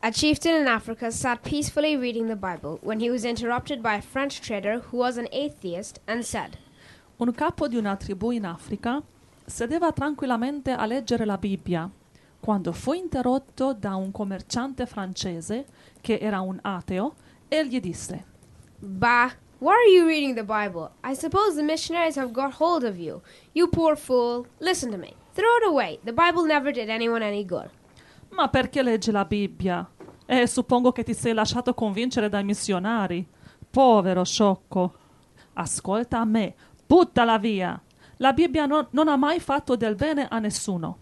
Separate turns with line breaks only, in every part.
A chieftain in Africa sat peacefully reading the Bible when he was interrupted by a French trader who was an atheist and said,
Un capo di una tribù in Africa sedeva tranquillamente a leggere la Bibbia quando fu interrotto da un commerciante francese che era un ateo e gli disse
Bah, why are you reading the Bible? I suppose the missionaries have got hold of you. You poor fool. Listen to me. Throw it away. The Bible never did anyone any good.
Ma perché leggi la Bibbia? Eh, suppongo che ti sei lasciato convincere dai missionari. Povero sciocco. Ascolta a me, buttala via. La Bibbia non, non ha mai fatto del bene a nessuno.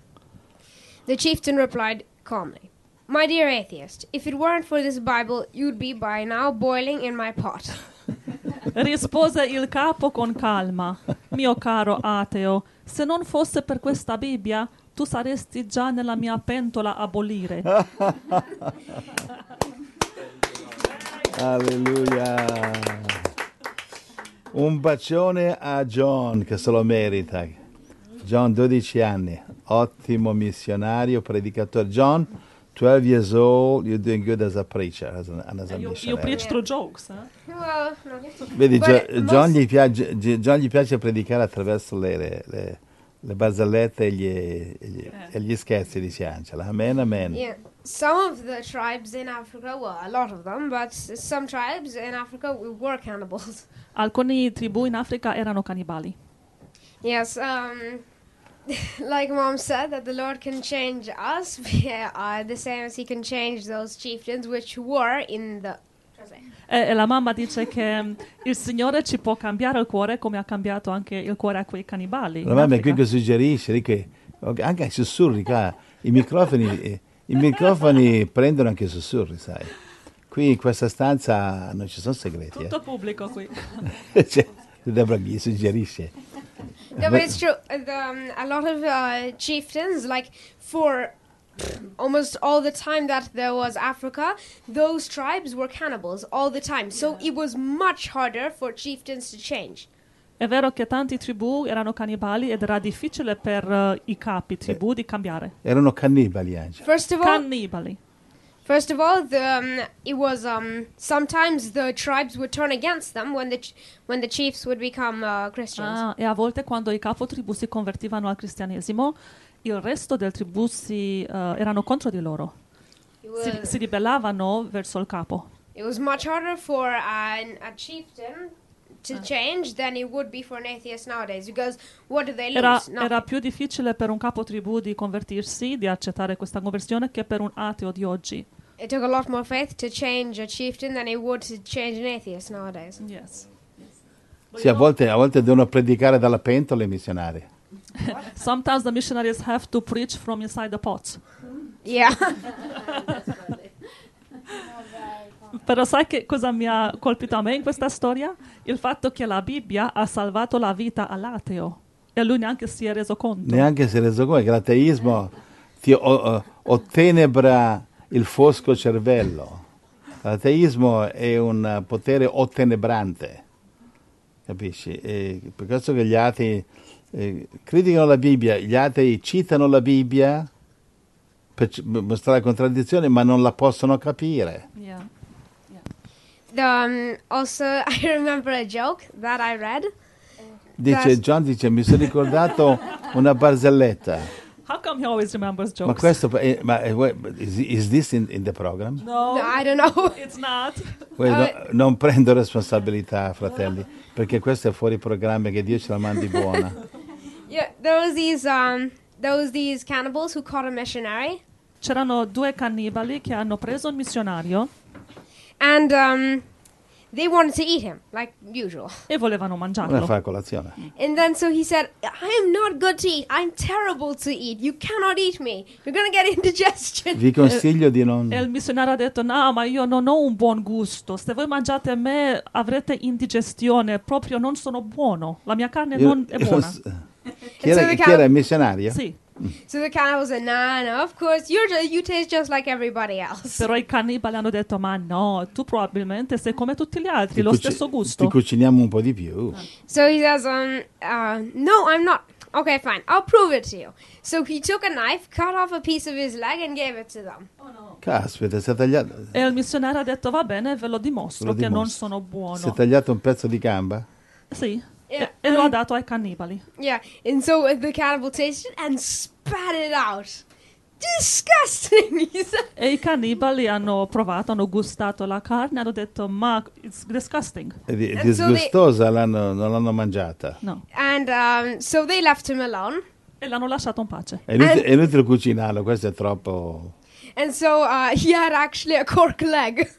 The chieftain replied calmly, My dear atheist, if it weren't for this Bible, you'd be by now boiling in my pot.
Rispose il capo con calma. Mio caro ateo, se non fosse per questa Bibbia, tu saresti già nella mia pentola a bollire.
Ah, Alleluia. Un bacione a John che se lo merita. John, 12 anni, ottimo missionario, predicatore. John, 12 years old, you're doing good as a preacher, as an, and as a
You, you
missionary.
preach through jokes, eh?
well, no.
Vedi,
Beh,
Gio-
mos-
John, gli piace, Gi- John gli piace predicare attraverso le, le, le- le barzellette e gli, e gli- e gli scherzi di Cianciola. Amen, amen.
Yeah, some of the tribes in Africa, well, a lot of them, but s- some tribes in Africa w- were cannibals.
Alcune tribù in Africa erano cannibali.
yes, um, like Mom said, that the Lord can change us yeah, uh, the same as He can change those chieftains which were in the.
E, e la mamma dice che mm, il Signore ci può cambiare il cuore come ha cambiato anche il cuore a quei cannibali. in
La mamma è qui
Africa.
che suggerisce, lì che- anche ai sussurri qua, i microfoni, eh, i microfoni prendono anche i sussurri, sai. Qui in questa stanza non ci sono segreti.
Tutto pubblico qui.
Eh. Cioè, Deborah gli suggerisce.
No, but it's true. uh, The, um, a lot of uh, chieftains, like for almost all the time that there was Africa, those tribes were cannibals all the time. So it was much harder for chieftains to change.
È vero che tante tribù erano cannibali ed era difficile per eh, i capi tribù di cambiare.
Erano cannibali, Angela.
First of all,
Cannibali.
First of all, the, um, it was um, sometimes the tribes would turn against them when the ch- when the chiefs would become uh, Christians.
Ah, e a volte quando i capotribù si convertivano al cristianesimo, il resto del tribù si, eh, erano contro di loro.
it,
Si,
was,
si ribellavano verso il capo.
it was much harder for an, a chieftain to change than it would be for an atheist nowadays because what do they lose?
Era,
Nothing.
era più difficile per un capotribù di convertirsi, di accettare questa conversione, che per un ateo di oggi.
It took a lot more faith to change a chieftain than it would to change an atheist nowadays.
Yes.
Sì, a volte, a volte devono predicare dalla pentola i missionari.
Sometimes the missionaries have to preach from inside the pot.
Yeah.
Però sai che cosa mi ha colpito a me in questa storia? Il fatto che la Bibbia ha salvato la vita all'ateo e lui neanche si è reso conto.
Neanche si è reso conto che l'ateismo ti o- o- ottenebra il fosco cervello. L'ateismo è un eh, potere ottenebrante, capisci? E per questo che gli atei eh, criticano la Bibbia, gli atei citano la Bibbia per c- m- mostrare la contraddizione, ma non la possono capire.
Yeah.
The, um, also, I remember a joke that I read.
Dice,
Best.
John dice, mi sono ricordato una barzelletta.
How come he always remembers
Ma
jokes?
questo, eh, ma, eh, we- is, is this in, in the program?
No,
I don't know.
it's not.
Poi no-
Eh.
non prendo responsabilità, fratelli, perché questo è fuori programma che Dio ce la mandi buona.
Yeah, there was these um there was these cannibals who caught a missionary,
C'erano due cannibali che hanno preso un missionario
and um, they wanted to eat him like usual.
e volevano
Come
mangiarlo.
fa colazione?
And then so he said, "I am not good to eat. I'm terrible to eat. You cannot eat me. You're gonna get indigestion."
Vi consiglio di non...
E il missionario ha detto: No, ma io non ho un buon gusto. Se voi mangiate me avrete indigestione. Proprio non sono buono. La mia carne
io-
non è
io non
buona. Eh,
so- Chi era,
It's
chi era il missionario?
Sì,
So the cannibal said, "Nah, no, of course you're just, you taste just like everybody else."
però i cannibali hanno detto: Ma no, tu probabilmente sei come tutti gli altri, lo
cuci-
stesso
Ti
gusto. Ah.
cuciniamo un po' di più.
So he says, "Um, uh, no, I'm not. Okay, fine. I'll prove it to you. So he took a knife, cut off a piece of his leg, and gave it to them.
Caspita, si è tagliato,
E il missionario ha detto, va bene, ve lo dimostro
Ve lo
che non
dimostro."
sono
si è
buono.
tagliato un pezzo di gamba?
Sì.
Yeah.
E, e lo ha dato ai cannibali.
Yeah, and so uh, the cannibal tasted it and spat it out. Disgusting! He said.
E i cannibali hanno provato, hanno gustato la carne, hanno detto, ma it's disgusting.
È di-
Eh,
disgustosa, l'hanno- non l'hanno mangiata.
No.
And um, so they left him alone.
E l'hanno lasciato in pace.
È inutile,
Eh.
è inutile cucinarlo, questo è troppo...
And so uh, he had actually a cork leg.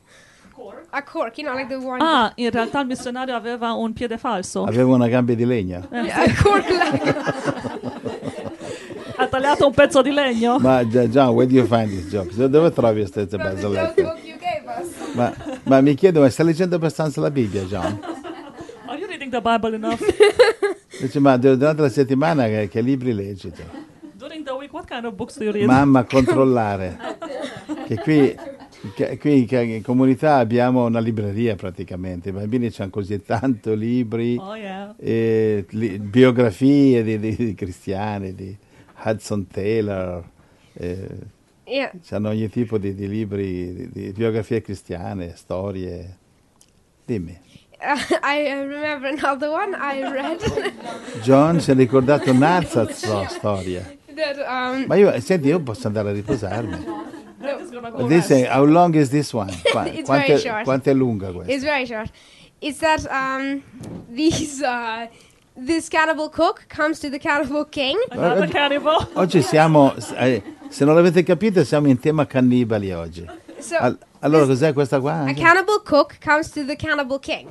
Cork? A cork, you know, like the one.
Ah, in realtà il missionario aveva un piede falso.
Aveva una gamba di legno.
Yeah, a cork leg.
Ha tagliato un pezzo di legno.
Ma Gi- John, where do you find these jokes? Do- Dove trovi queste queste
From the
barzellette?
notebook you gave us.
Ma, ma mi chiedo, ma sta leggendo abbastanza la Bibbia, John?
Are you reading the Bible enough?
Dice, ma dur- durante la settimana che, che libri leggi? tu?
During the week, what kind of books do you read?
Mamma, controllare. Che qui, che- qui che in comunità abbiamo una libreria praticamente. I bambini hanno così tanto libri,
Oh yeah.
e li- biografie di, di- di cristiani, di Hudson Taylor. eh,
Yeah.
C'hanno ogni tipo di, di libri, di, di biografie cristiane, storie. Dimmi.
Uh, I uh, remember another one I read
John si è ricordato un'altra sua storia.
that um
Ma io, senti, io posso andare a riposarmi.
That is gonna go
Ma Dice, how long is this one? Qua-
It's
quanto,
very short.
quanto è lunga questa?
It's very short. It's that um, these uh, this cannibal cook comes to the cannibal king.
Another cannibal.
Oggi siamo, eh, se non l'avete capito, siamo in tema cannibali oggi.
So
Al- allora, cos'è questa qua?
a
Angela?
cannibal cook comes to the cannibal king.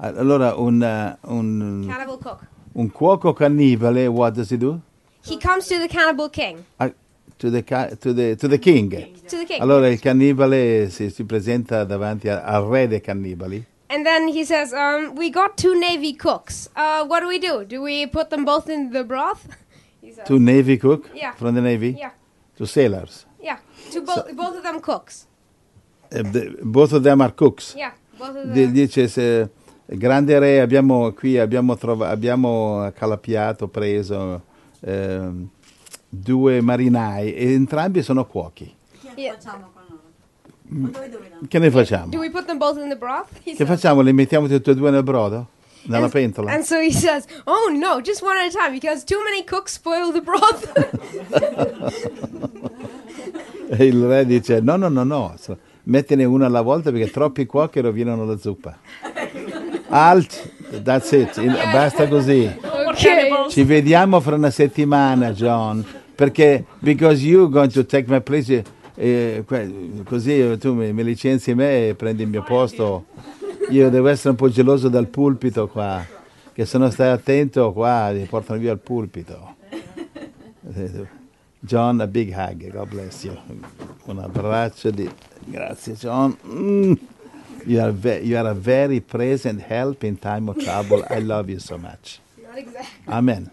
Al- Allora, un, eh, un,
Cannibal cook.
un cuoco cannibale, what does he do?
He comes to the cannibal king.
Ah, to, the, ca- to, the, to the king.
To the king.
Allora il cannibale si, si presenta davanti a- al re dei cannibali
And then he says, um, "We got two navy cooks. Uh, what do we do? Do we put them both in the broth?" He says,
to Navy cook
Yeah.
from the Navy
"Yeah,
to sailors.
yeah. To both, both of them cooks.
Eh, the- both of them are cooks.
Yeah, both of
Di-
them."
Dice se, grande re abbiamo qui abbiamo, trova- abbiamo calapiato, preso ehm, due marinai e entrambi sono cuochi.
Che
Yeah.
facciamo con loro? O dove dobbiamo?
Che ne
Do
facciamo?
we put them both in the broth? He
Che
says.
facciamo? Li mettiamo tutti e due nel brodo? Nella
And-
pentola?
And so he says, "Oh no, just one at a time because too many cooks spoil the broth."
E il re dice: No, no, no, no, so- mettene uno alla volta perché troppi cuochi rovinano la zuppa. Alt, that's it, in- basta così.
okay.
Ci vediamo fra una settimana, John. Perché, because you're going to take my place, eh, eh, que- così tu mi, mi licenzi me e prendi il mio posto. Io devo essere un po' geloso dal pulpito qua, che se non stai attento qua ti portano via il pulpito. John, a big hug, God bless you. Un abbraccio di... Grazie John. Mm. You, are ve- you are a very present help in time of trouble. I love you so much.
Not exactly.
Amen.